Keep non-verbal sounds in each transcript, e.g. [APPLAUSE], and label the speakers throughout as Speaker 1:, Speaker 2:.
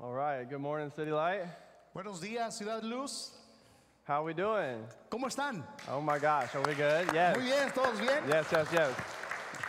Speaker 1: All right. Good morning, City Light.
Speaker 2: Buenos días, Ciudad Luz.
Speaker 1: How we doing?
Speaker 2: ¿Cómo están?
Speaker 1: Oh my gosh, are we good? Yes.
Speaker 2: Muy bien, ¿todos bien?
Speaker 1: Yes, yes, yes.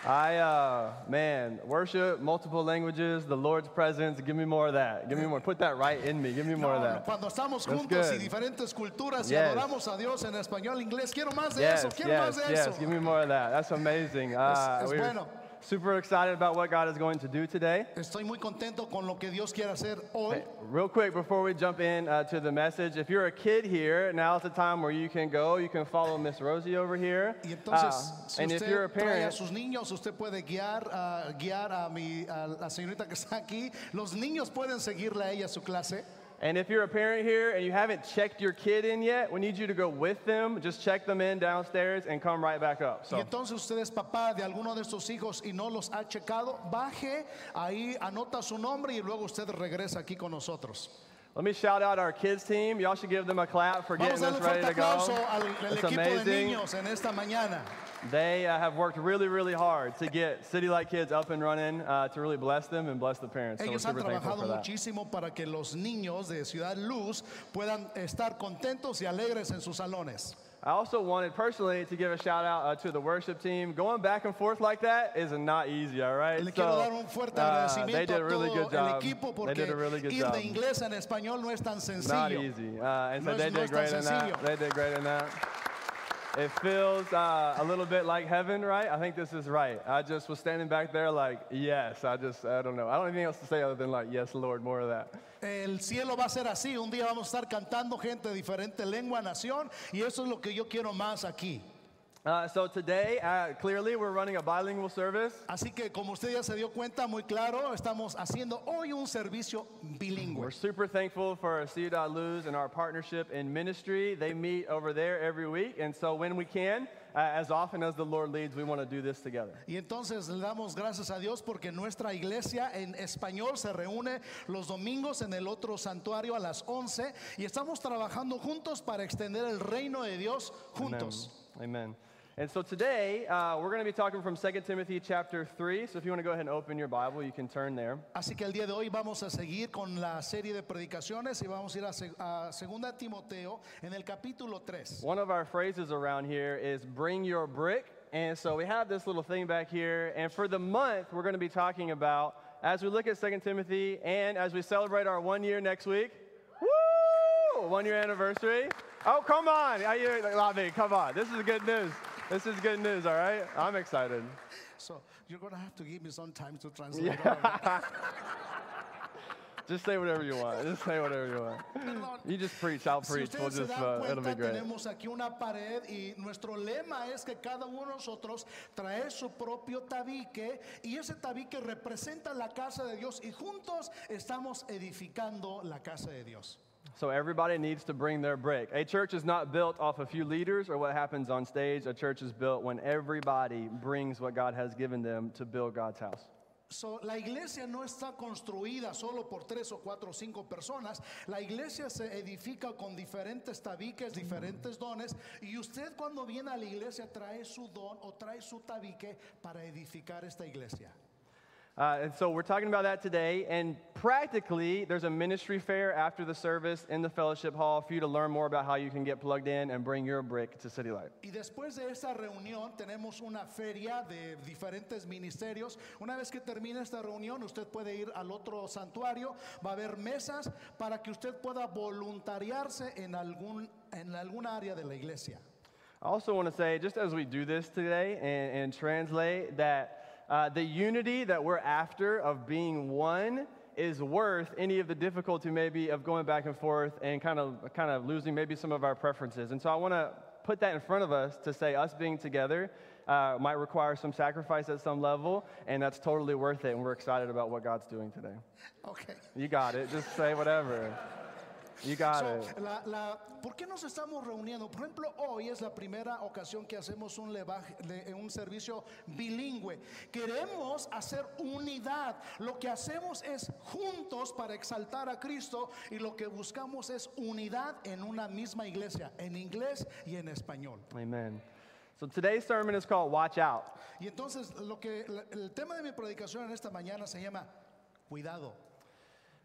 Speaker 1: I uh man, worship, multiple languages, the Lord's presence. Give me more of that. Give me more. Put that right in me. Give me more of
Speaker 2: No,
Speaker 1: that.
Speaker 2: cuando estamos
Speaker 1: That's
Speaker 2: juntos y
Speaker 1: good.
Speaker 2: diferentes culturas y
Speaker 1: Yes.
Speaker 2: adoramos a Dios en español, inglés, quiero más de
Speaker 1: Yes,
Speaker 2: eso, quiero más
Speaker 1: yes,
Speaker 2: de
Speaker 1: yes.
Speaker 2: eso.
Speaker 1: Give me more of that. That's amazing. Uh,
Speaker 2: es
Speaker 1: we're
Speaker 2: bueno.
Speaker 1: super excited about what God is going to do today.
Speaker 2: Estoy muy contento con lo que Dios quiere hacer hoy.
Speaker 1: Real quick, before we jump in uh, to the message, if you're a kid here, now's the time where you can go. You can follow Miss Rosie over here.
Speaker 2: Y
Speaker 1: Uh,
Speaker 2: entonces, si
Speaker 1: and if you're a
Speaker 2: usted trae a
Speaker 1: parent,
Speaker 2: sus niños, usted puede guiar, ah, guiar a, mi, a la señorita que está aquí. Los niños pueden seguirle a ella su clase.
Speaker 1: and if you're a parent here and you haven't checked your kid in yet, we need you to go with them. Just check them in downstairs and come right back up.
Speaker 2: Y
Speaker 1: So,
Speaker 2: entonces usted es papá de alguno de estos hijos y no los ha checado, baje ahí, anota su nombre y luego usted regresa aquí con nosotros.
Speaker 1: let me shout out our kids team. Y'all should give them a clap for
Speaker 2: Vamos
Speaker 1: getting
Speaker 2: a
Speaker 1: us
Speaker 2: darle un fuerte
Speaker 1: ready to
Speaker 2: aplauso
Speaker 1: go.
Speaker 2: al al
Speaker 1: It's
Speaker 2: equipo de
Speaker 1: amazing.
Speaker 2: niños en esta mañana.
Speaker 1: They uh, have worked really, really hard to get City Light Kids up and running uh, to really bless them and bless the parents. So we're
Speaker 2: Ellos han
Speaker 1: super thankful
Speaker 2: trabajado
Speaker 1: for that.
Speaker 2: muchísimo para que los niños de Ciudad Luz puedan estar contentos y alegres en sus salones.
Speaker 1: I also wanted personally to give a shout out uh, to the worship team. Going back and forth like that is not easy, all right?
Speaker 2: Le quiero dar un fuerte
Speaker 1: uh, they
Speaker 2: agradecimiento
Speaker 1: did a
Speaker 2: a
Speaker 1: really good
Speaker 2: todo el
Speaker 1: job.
Speaker 2: equipo
Speaker 1: they
Speaker 2: porque
Speaker 1: did a really good
Speaker 2: ir
Speaker 1: job.
Speaker 2: de inglés en español no es tan
Speaker 1: Not
Speaker 2: sencillo.
Speaker 1: easy. Uh, and so
Speaker 2: No es-
Speaker 1: they did
Speaker 2: no es tan
Speaker 1: great in that.
Speaker 2: sencillo.
Speaker 1: They did great in that. It feels uh, a little bit like heaven, right? I think this is right. I just was standing back there like, yes. I just, I don't know. I don't have anything else to say other than like, yes, Lord, more of that.
Speaker 2: El cielo va a ser así. Un día vamos a estar cantando gente de diferente lengua, nación, y eso es lo que yo quiero más aquí.
Speaker 1: Uh, so today, uh, clearly, we're running a bilingual service.
Speaker 2: Así que como usted ya se dio cuenta, muy claro, estamos haciendo hoy un servicio
Speaker 1: We're
Speaker 2: bilingüe.
Speaker 1: super thankful for Ciudad Luz and our partnership in ministry. They meet over there every week, and so when we can, uh, as often as the Lord leads, we want to do this together.
Speaker 2: Y entonces le damos gracias a Dios porque nuestra iglesia en español se reúne los domingos en el otro santuario a las 11 y estamos trabajando juntos para extender el reino de Dios juntos.
Speaker 1: Amen. And so today, uh, we're going to be talking from 2 Timothy chapter 3. So if you want to go ahead and open your Bible, you can turn there.
Speaker 2: Así que el día de hoy vamos a seguir con la serie de predicaciones y vamos a ir a seg- a 2 Timoteo en el capítulo 3.
Speaker 1: One of our phrases around here is bring your brick. And so we have this little thing back here. And for the month, we're going to be talking about as we look at 2 Timothy and as we celebrate our one year next week. Woo! One year anniversary. Oh, come on. Are you lobby? Come on. This is good news. This is good news, all right? I'm excited.
Speaker 2: So you're gonna have to give me some time to translate.
Speaker 1: Just say whatever you want. Just say whatever you want. You just preach, I'll
Speaker 2: Si
Speaker 1: preach. We'll
Speaker 2: ustedes se
Speaker 1: just,
Speaker 2: dan
Speaker 1: uh, it'll be
Speaker 2: cuenta,
Speaker 1: great.
Speaker 2: tenemos aquí una pared y nuestro lema es que cada uno de nosotros trae su propio tabique y ese tabique representa la casa de Dios y juntos estamos edificando la casa de Dios.
Speaker 1: So everybody needs to bring their brick. A church is not built off a few leaders or what happens on stage. A church is built when everybody brings what God has given them to build God's house.
Speaker 2: So, la iglesia no está construida solo por tres o cuatro o cinco personas. La iglesia se edifica con diferentes tabiques, diferentes dones. Y usted cuando viene a la iglesia trae su don o trae su tabique para edificar esta iglesia.
Speaker 1: Uh, and so we're talking about that today. And practically, there's a ministry fair after the service in the fellowship hall for you to learn more about how you can get plugged in and bring your brick to City Light.
Speaker 2: Y después de esta reunión tenemos una feria de diferentes ministerios. Una vez que termine esta reunión, usted puede ir al otro santuario. Va a haber mesas para que usted pueda voluntariarse en algún en alguna área de la iglesia.
Speaker 1: I also want to say, just as we do this today and, and translate, that uh, the unity that we're after of being one is worth any of the difficulty maybe of going back and forth and kind of kind of losing maybe some of our preferences. And so I want to put that in front of us to say us being together uh, might require some sacrifice at some level, and that's totally worth it. And we're excited about what God's doing today.
Speaker 2: Okay.
Speaker 1: You got it. Just say whatever. You got
Speaker 2: So,
Speaker 1: it.
Speaker 2: la- la- ¿Por qué nos estamos reuniendo? Por ejemplo, hoy es la primera ocasión que hacemos un, levaje- le- eh, un servicio bilingüe. Queremos hacer unidad. Lo que hacemos es juntos para exaltar a Cristo y lo que buscamos es unidad en una misma iglesia, en inglés y en español.
Speaker 1: Amen. So today's sermon is called "Watch Out."
Speaker 2: Y entonces, lo que, la- el tema de mi predicación en esta mañana se llama cuidado.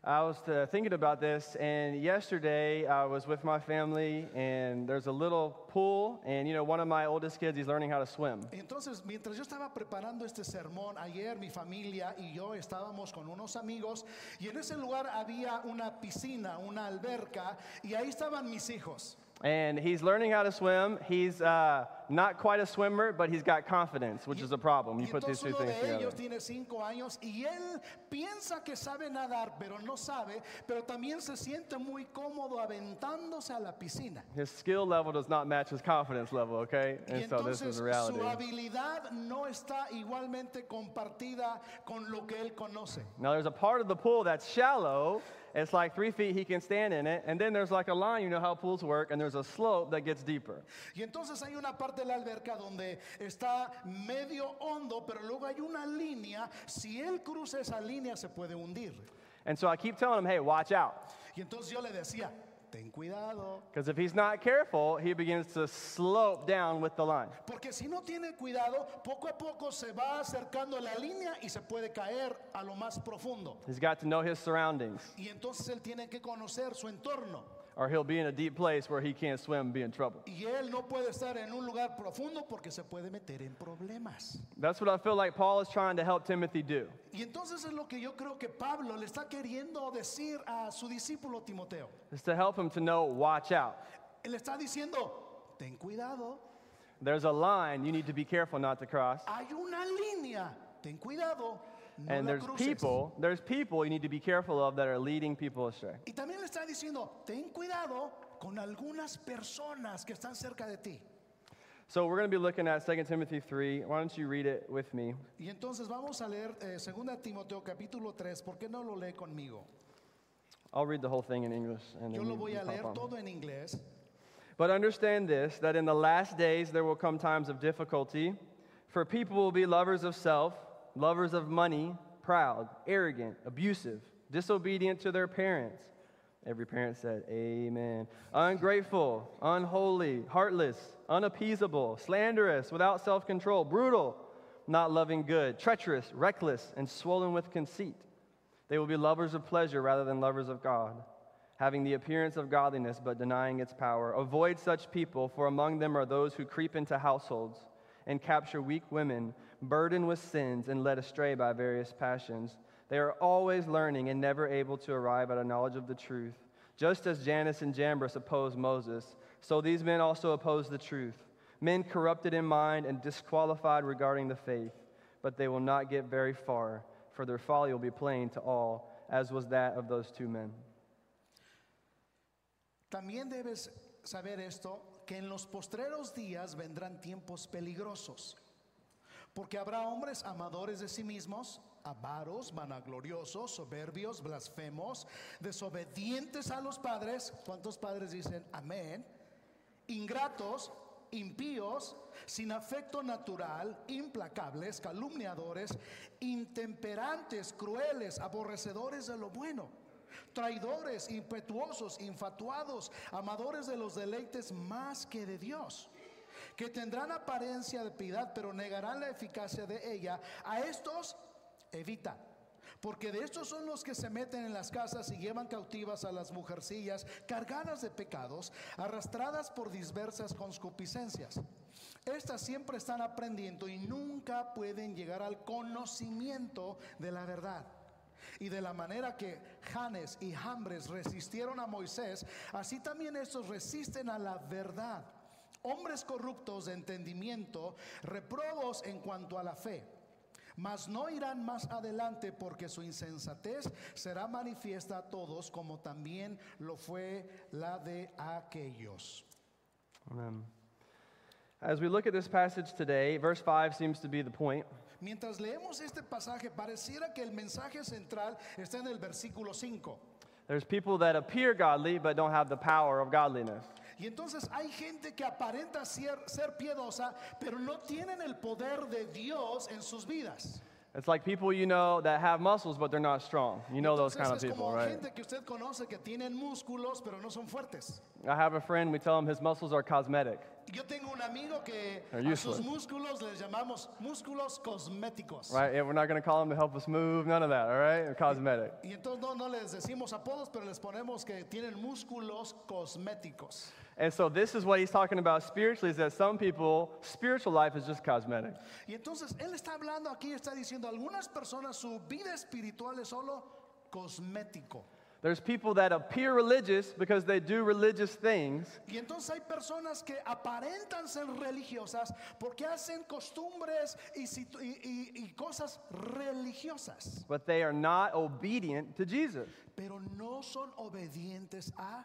Speaker 1: I was uh, thinking about this, and yesterday I was with my family, and there's a little pool, and you know, one of my oldest kids, he's learning how to swim.
Speaker 2: Entonces, mientras yo estaba preparando este sermón, ayer mi familia y yo estábamos con unos amigos y en ese lugar había una piscina, una alberca y ahí estaban mis hijos.
Speaker 1: And he's learning how to swim. He's uh, not quite a swimmer, but he's got confidence, which is a problem. You
Speaker 2: Y
Speaker 1: put these
Speaker 2: entonces
Speaker 1: two
Speaker 2: uno
Speaker 1: things
Speaker 2: de
Speaker 1: together.
Speaker 2: ellos tiene cinco años y él piensa que sabe nadar, pero no sabe, pero también se siente muy cómodo aventándose a la piscina.
Speaker 1: His skill level does not match his confidence level, okay?
Speaker 2: Y
Speaker 1: And so this
Speaker 2: entonces
Speaker 1: is reality.
Speaker 2: su habilidad no está igualmente compartida con lo que él conoce.
Speaker 1: Now there's a part of the pool that's shallow. It's like three feet he can stand in it. And then there's like a line, you know how pools work, and there's a slope that gets deeper.
Speaker 2: Y entonces hay una parte de la alberca donde está medio hondo, pero luego hay una línea. Si él cruza esa línea se puede hundir.
Speaker 1: And so I keep telling him, hey, watch out.
Speaker 2: Y entonces yo le decía, ten cuidado.
Speaker 1: Because if he's not careful, he begins to slope down with the line.
Speaker 2: Porque si no tiene cuidado, poco a poco se va acercando a la línea y se puede caer a lo más profundo.
Speaker 1: He's got to know his surroundings,
Speaker 2: Y entonces él tiene que conocer su entorno.
Speaker 1: or he'll be in a deep place where he can't swim and be in trouble.
Speaker 2: Y él no puede estar en un lugar profundo porque se puede meter en problemas.
Speaker 1: That's what I feel like Paul is trying to help Timothy do.
Speaker 2: Y entonces es lo que yo creo que Pablo le está queriendo decir a su discípulo Timoteo.
Speaker 1: is to help him to know, watch out.
Speaker 2: Él está diciendo, ten cuidado,
Speaker 1: There's a line you need to be careful not to cross.
Speaker 2: hay una línea, ten cuidado, no
Speaker 1: And
Speaker 2: la
Speaker 1: there's
Speaker 2: cruces.
Speaker 1: people, there's people you need to be careful of that are leading people astray.
Speaker 2: Y también le está diciendo, ten cuidado con algunas personas que están cerca de ti.
Speaker 1: So we're going to be looking at 2 Timothy 3. Why don't you read it with me?
Speaker 2: Y entonces vamos a leer eh, 2 Timoteo capítulo 3, ¿por qué no lo lee conmigo?
Speaker 1: I'll read the whole thing in English. And then
Speaker 2: Yo lo
Speaker 1: you
Speaker 2: voy
Speaker 1: can
Speaker 2: a leer
Speaker 1: pop on.
Speaker 2: todo en inglés.
Speaker 1: But understand this that in the last days there will come times of difficulty, for people will be lovers of self, lovers of money, proud, arrogant, abusive, disobedient to their parents. Every parent said, Amen. Ungrateful, unholy, heartless, unappeasable, slanderous, without self control, brutal, not loving good, treacherous, reckless, and swollen with conceit. They will be lovers of pleasure rather than lovers of God, having the appearance of godliness but denying its power. Avoid such people, for among them are those who creep into households and capture weak women, burdened with sins and led astray by various passions. They are always learning and never able to arrive at a knowledge of the truth. Just as Janus and Jambres opposed Moses, so these men also oppose the truth. Men corrupted in mind and disqualified regarding the faith, but they will not get very far, for their folly will be plain to all, as was that of those two men.
Speaker 2: También debes saber esto, que en los postreros días vendrán tiempos peligrosos, porque habrá hombres amadores de sí mismos, avaros, vanagloriosos, soberbios, blasfemos, desobedientes a los padres, ¿cuántos padres dicen amén? Ingratos, impíos, sin afecto natural, implacables, calumniadores, intemperantes, crueles, aborrecedores de lo bueno traidores, impetuosos, infatuados, amadores de los deleites más que de Dios, que tendrán apariencia de piedad, pero negarán la eficacia de ella. A estos evita. Porque de estos son los que se meten en las casas y llevan cautivas a las mujercillas cargadas de pecados, arrastradas por diversas concupiscencias. Estas siempre están aprendiendo y nunca pueden llegar al conocimiento de la verdad. Y de la manera que Janes y Jambres resistieron a Moisés, así también estos resisten a la verdad. Hombres corruptos de entendimiento, reprobos en cuanto a la fe. Mas no irán más adelante porque su insensatez será manifiesta a todos como también lo fue la de aquellos.
Speaker 1: Amen. As we look at this passage today, verse 5 seems to be the point.
Speaker 2: Mientras leemos este pasaje, pareciera que el mensaje central está en el versículo 5.
Speaker 1: There's people that appear godly but don't have the power of godliness.
Speaker 2: Y entonces hay gente que aparenta ser, ser piedosa, pero no tienen el poder de Dios en sus vidas.
Speaker 1: It's like people you know that have muscles but they're not strong. You know those
Speaker 2: Entonces
Speaker 1: kind of
Speaker 2: es
Speaker 1: people,
Speaker 2: como
Speaker 1: right?
Speaker 2: gente que usted conoce que tienen músculos, pero no son fuertes.
Speaker 1: I have a friend, we tell him his muscles are cosmetic.
Speaker 2: Yo tengo un amigo que
Speaker 1: They're
Speaker 2: a sus
Speaker 1: useless.
Speaker 2: músculos les llamamos músculos cosméticos.
Speaker 1: right? And we're not going to call them to help us move, none of that, all right? They're cosmetic.
Speaker 2: Y entonces no, no les decimos apodos, pero les ponemos que tienen músculos cosméticos.
Speaker 1: And so this is what he's talking about spiritually is that some people, spiritual life is just cosmetic.
Speaker 2: Y entonces él está hablando aquí, está diciendo, algunas personas su vida espiritual es solo cosmético.
Speaker 1: There's people that appear religious because they do religious things,
Speaker 2: Y entonces hay personas que aparentan ser religiosas porque hacen costumbres y, situ- y- y- y cosas religiosas,
Speaker 1: but they are not obedient to Jesus,
Speaker 2: pero no son obedientes a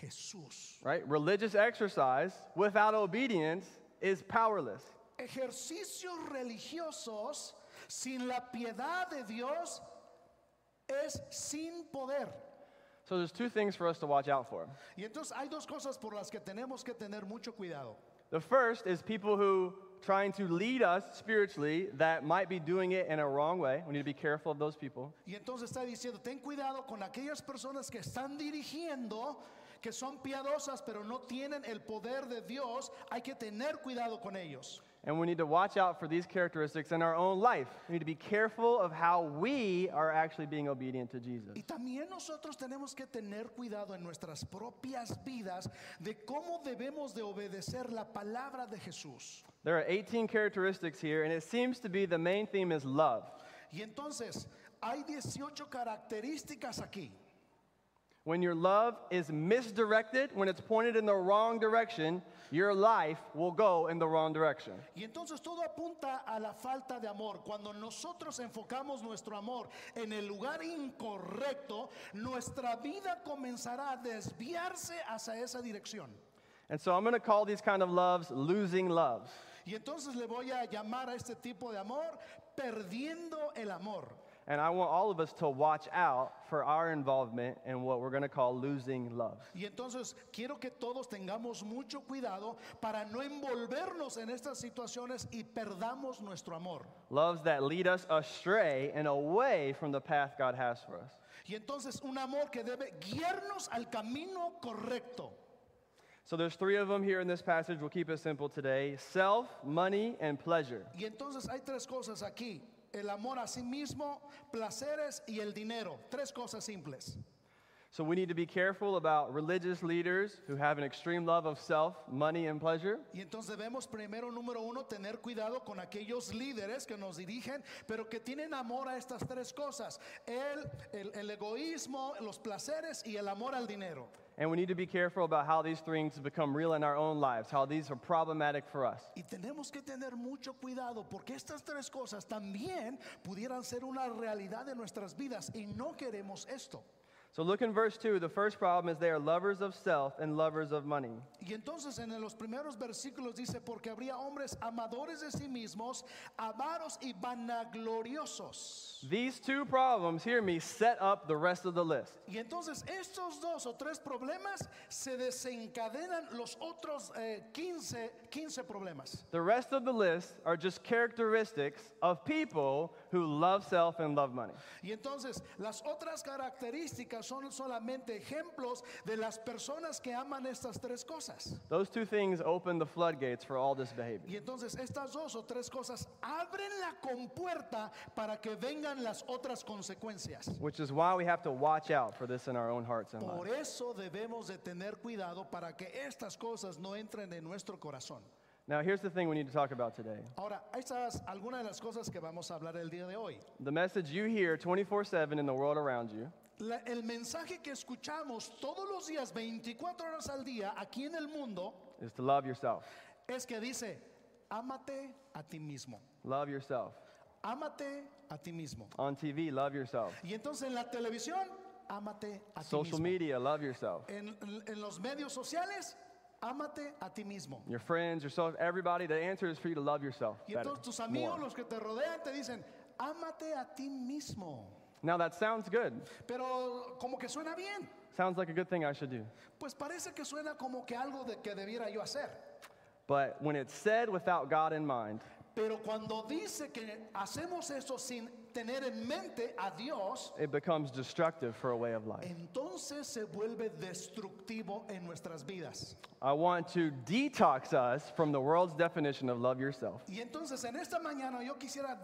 Speaker 2: Jesús.
Speaker 1: right? Religious exercise without obedience is powerless.
Speaker 2: Ejercicios religiosos sin la piedad de Dios es sin poder.
Speaker 1: So there's two things for us to watch out for.
Speaker 2: Y entonces hay dos cosas por las que tenemos que tener mucho cuidado.
Speaker 1: The first is people who trying to lead us spiritually that might be doing it in a wrong way. We need to be careful of those people.
Speaker 2: Y entonces está diciendo, ten cuidado con aquellas personas que están dirigiendo, que son piadosas, pero no tienen el poder de Dios. Hay que tener cuidado con ellos.
Speaker 1: And we need to watch out for these characteristics in our own life. We need to be careful of how we are actually being obedient to Jesus.
Speaker 2: Y también nosotros tenemos que tener cuidado en nuestras propias vidas de cómo debemos de obedecer la palabra de Jesús.
Speaker 1: There are 18 characteristics here, and it seems to be the main theme is love,
Speaker 2: Y entonces hay 18 características aquí.
Speaker 1: When your love is misdirected, when it's pointed in the wrong direction, your life will go in the wrong direction.
Speaker 2: Y entonces todo apunta a la falta de amor. Cuando nosotros enfocamos nuestro amor en el lugar incorrecto, nuestra vida comenzará a desviarse hacia esa dirección.
Speaker 1: And so I'm going to call these kind of loves losing loves.
Speaker 2: Y entonces le voy a llamar a este tipo de amor perdiendo el amor.
Speaker 1: And I want all of us to watch out for our involvement in what we're going to call losing love.
Speaker 2: Y entonces quiero que todos tengamos mucho cuidado para no envolvernos en estas situaciones y perdamos nuestro amor.
Speaker 1: Loves that lead us astray and away from the path God has for us.
Speaker 2: Y entonces un amor que debe guiarnos al camino correcto.
Speaker 1: So there's three of them here in this passage. We'll keep it simple today self, money, and pleasure.
Speaker 2: Y entonces hay tres cosas aquí. El amor a sí mismo, placeres y el dinero. Tres cosas simples.
Speaker 1: So we need to be careful about religious leaders who have an extreme love of self, money, and pleasure.
Speaker 2: Y entonces debemos primero, número uno, tener cuidado con aquellos líderes que nos dirigen, pero que tienen amor a estas tres cosas. El, el, el egoísmo, los placeres y el amor al dinero.
Speaker 1: And we need to be careful about how these things become real in our own lives, how these are problematic for us.
Speaker 2: Y tenemos que tener mucho cuidado porque estas tres cosas también pudieran ser una realidad de nuestras vidas y no queremos esto.
Speaker 1: So look in verse 2. The first problem is they are lovers of self and lovers of money.
Speaker 2: Y entonces en los primeros versículos dice, porque habría hombres amadores de sí mismos, avaros y vanagloriosos.
Speaker 1: These two problems, hear me, set up the rest of the list.
Speaker 2: Y entonces estos dos o tres problemas se desencadenan los otros eh, 15, 15 problemas.
Speaker 1: The rest of the list are just characteristics of people who love self and love money.
Speaker 2: Y entonces las otras características son solamente ejemplos de las personas que aman estas tres cosas.
Speaker 1: Those two things open the floodgates for all this behavior.
Speaker 2: Y entonces estas dos o tres cosas abren la compuerta para que vengan las otras consecuencias.
Speaker 1: Which is why we have to watch out for this in our own hearts and lives.
Speaker 2: Por eso debemos de tener cuidado para que estas cosas no entren en nuestro corazón.
Speaker 1: Now, here's the thing we need to talk about today.
Speaker 2: Ahora, estas es alguna de las cosas que vamos a hablar el día de hoy.
Speaker 1: The message you hear 24 7 in the world around you
Speaker 2: La- el mensaje que escuchamos todos los días, 24 horas al día, aquí en el mundo,
Speaker 1: is to love yourself.
Speaker 2: es que dice, ámate a ti mismo,
Speaker 1: Love yourself.
Speaker 2: ámate a ti mismo.
Speaker 1: On TV, love yourself.
Speaker 2: Y entonces en la televisión, ámate a ti
Speaker 1: Social
Speaker 2: mismo.
Speaker 1: media, love yourself.
Speaker 2: En, en- en los medios sociales, ámate a ti mismo.
Speaker 1: Your friends, yourself, everybody, the answer is for you to love yourself.
Speaker 2: Y
Speaker 1: better,
Speaker 2: entonces tus
Speaker 1: more.
Speaker 2: amigos, los que te rodean, te dicen, ámate a ti mismo.
Speaker 1: Now, that sounds good.
Speaker 2: Pero como que suena bien.
Speaker 1: Sounds like a good thing I should do.
Speaker 2: Pues parece que suena como que algo de que debiera yo hacer.
Speaker 1: But when it's said without God in mind,
Speaker 2: Pero cuando dice que hacemos eso sin tener en mente a Dios,
Speaker 1: it becomes destructive for a way of life.
Speaker 2: entonces se vuelve destructivo en nuestras vidas.
Speaker 1: I want to detox us from the world's definition of love yourself.
Speaker 2: Y entonces en esta mañana yo quisiera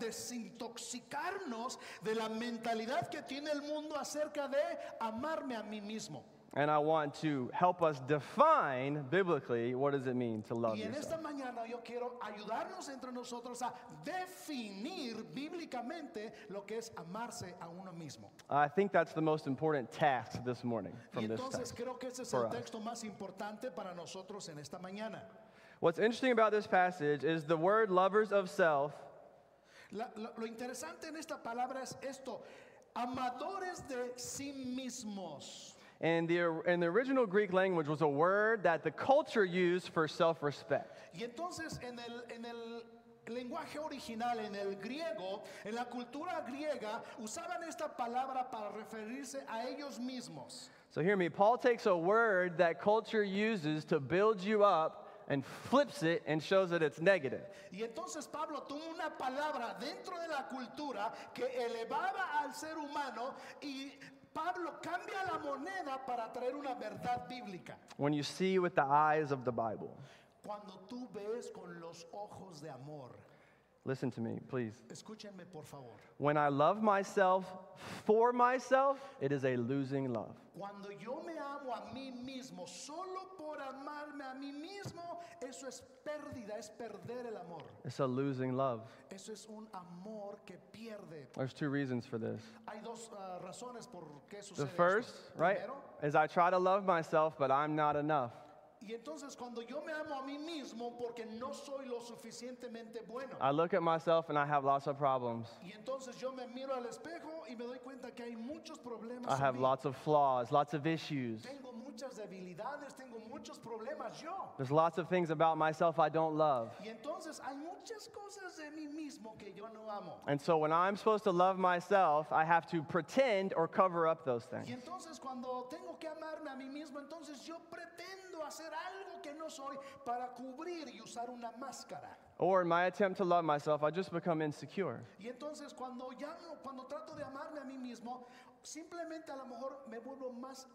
Speaker 2: desintoxicarnos de la mentalidad que tiene el mundo acerca de amarme a mí mismo.
Speaker 1: And I want to help us define biblically what does it mean to love
Speaker 2: Y en
Speaker 1: yourself.
Speaker 2: esta mañana yo quiero ayudarnos entre nosotros a definir bíblicamente lo que es amarse a uno mismo.
Speaker 1: I think that's the most important task this morning
Speaker 2: Y
Speaker 1: from this
Speaker 2: entonces
Speaker 1: text.
Speaker 2: creo que ese es
Speaker 1: for
Speaker 2: el
Speaker 1: us.
Speaker 2: texto más importante para nosotros en esta mañana.
Speaker 1: What's interesting about this passage is the word lovers of self
Speaker 2: La- lo, lo interesante en esta palabra es esto, amadores de sí mismos.
Speaker 1: and the, and the original Greek language was a word that the culture used for self respect.
Speaker 2: Y entonces en el, en el lenguaje original, en el griego, en la cultura griega, usaban esta palabra para referirse a ellos mismos.
Speaker 1: So hear me, Paul takes a word that culture uses to build you up and flips it and shows that it's negative.
Speaker 2: Y entonces Pablo tuvo una palabra dentro de la cultura que elevaba al ser humano y Pablo cambia la moneda para traer una verdad bíblica.
Speaker 1: When you see with the eyes of the Bible.
Speaker 2: Cuando tú ves con los ojos de amor,
Speaker 1: Listen to me, please.
Speaker 2: escúchenme por favor.
Speaker 1: When I love myself for myself, it is a losing love.
Speaker 2: Cuando yo me amo a mí mismo, solo por amarme a mí mismo, eso es pérdida, es perder el amor.
Speaker 1: It's a losing love.
Speaker 2: Eso es un amor que pierde.
Speaker 1: There's two reasons for this.
Speaker 2: Hay dos ah, razones por qué sucede.
Speaker 1: The
Speaker 2: esto.
Speaker 1: first, right,
Speaker 2: Primero,
Speaker 1: is I try to love myself, but I'm not enough.
Speaker 2: Y entonces cuando yo me amo a mí mismo porque no soy lo suficientemente bueno.
Speaker 1: I look at myself and I have lots of problems.
Speaker 2: Y entonces yo me miro al espejo y me doy cuenta que hay muchos problemas.
Speaker 1: I
Speaker 2: en
Speaker 1: have
Speaker 2: mí.
Speaker 1: lots of flaws, lots of issues.
Speaker 2: Tengo muchas debilidades, tengo muchos problemas yo.
Speaker 1: There's lots of things about myself I don't love.
Speaker 2: Y entonces hay muchas cosas de mí mismo que yo no amo.
Speaker 1: And so when I'm supposed to love myself, I have to pretend or cover up those
Speaker 2: Y
Speaker 1: things.
Speaker 2: entonces cuando tengo que amarme a mí mismo, entonces yo pretendo hacer algo que no soy para cubrir y usar una máscara.
Speaker 1: Or in my attempt to love myself, I just become insecure.
Speaker 2: Y entonces cuando llamo, cuando trato de amarme a mí mismo, simplemente a lo mejor me vuelvo más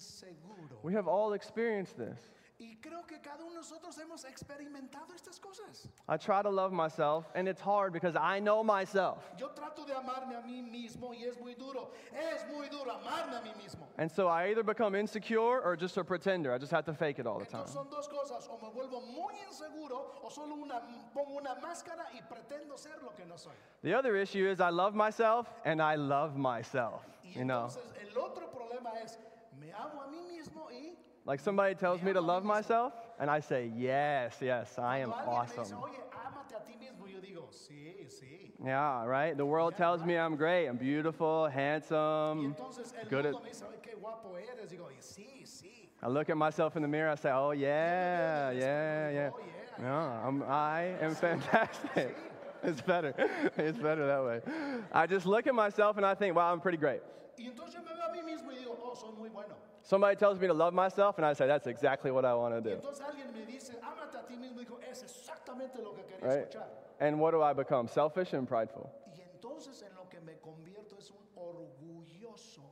Speaker 2: inseguro.
Speaker 1: We have all experienced this.
Speaker 2: Y creo que cada uno de nosotros hemos experimentado estas cosas.
Speaker 1: I try to love myself, and it's hard because I know myself.
Speaker 2: Yo trato de amarme a mí mismo y es muy duro. Es muy duro amarme a mí mismo.
Speaker 1: And so I either become insecure or just a pretender. I just have to fake it all the time.
Speaker 2: Entonces son dos cosas, o me vuelvo muy inseguro o solo una, pongo una máscara y pretendo ser lo que no soy.
Speaker 1: The other issue is I love myself and I love myself.
Speaker 2: Y
Speaker 1: You know,
Speaker 2: entonces el otro problema es, me amo a mí mismo y
Speaker 1: like somebody tells me to love myself, and I say, Yes, yes, I am
Speaker 2: cuando alguien me dice,
Speaker 1: awesome.
Speaker 2: oye, ámate a ti mismo, yo digo, sí, sí.
Speaker 1: Yeah, right? The world tells me I'm great, I'm beautiful,
Speaker 2: Y
Speaker 1: handsome,
Speaker 2: entonces el
Speaker 1: Mm, good at.
Speaker 2: mundo me dice, ay, qué guapo eres. Digo, "Ay, sí, sí.
Speaker 1: I look at myself in the mirror, I say, Oh, yeah, yeah, yeah.
Speaker 2: Oh, yeah.
Speaker 1: Yeah, I'm, I am fantastic. [LAUGHS] It's better. It's better that way. I just look at myself and I think, Wow, I'm pretty great.
Speaker 2: Y entonces yo me veo a mí mismo y digo, oh, soy muy bueno.
Speaker 1: Somebody tells me to love myself, and I say, That's exactly what I want to do.
Speaker 2: Entonces alguien me dice, ámate a ti mismo. Digo, es exactamente lo que quería
Speaker 1: Right?
Speaker 2: escuchar.
Speaker 1: And what do I become? Selfish and prideful.
Speaker 2: Y entonces en lo que me convierto es un orgulloso.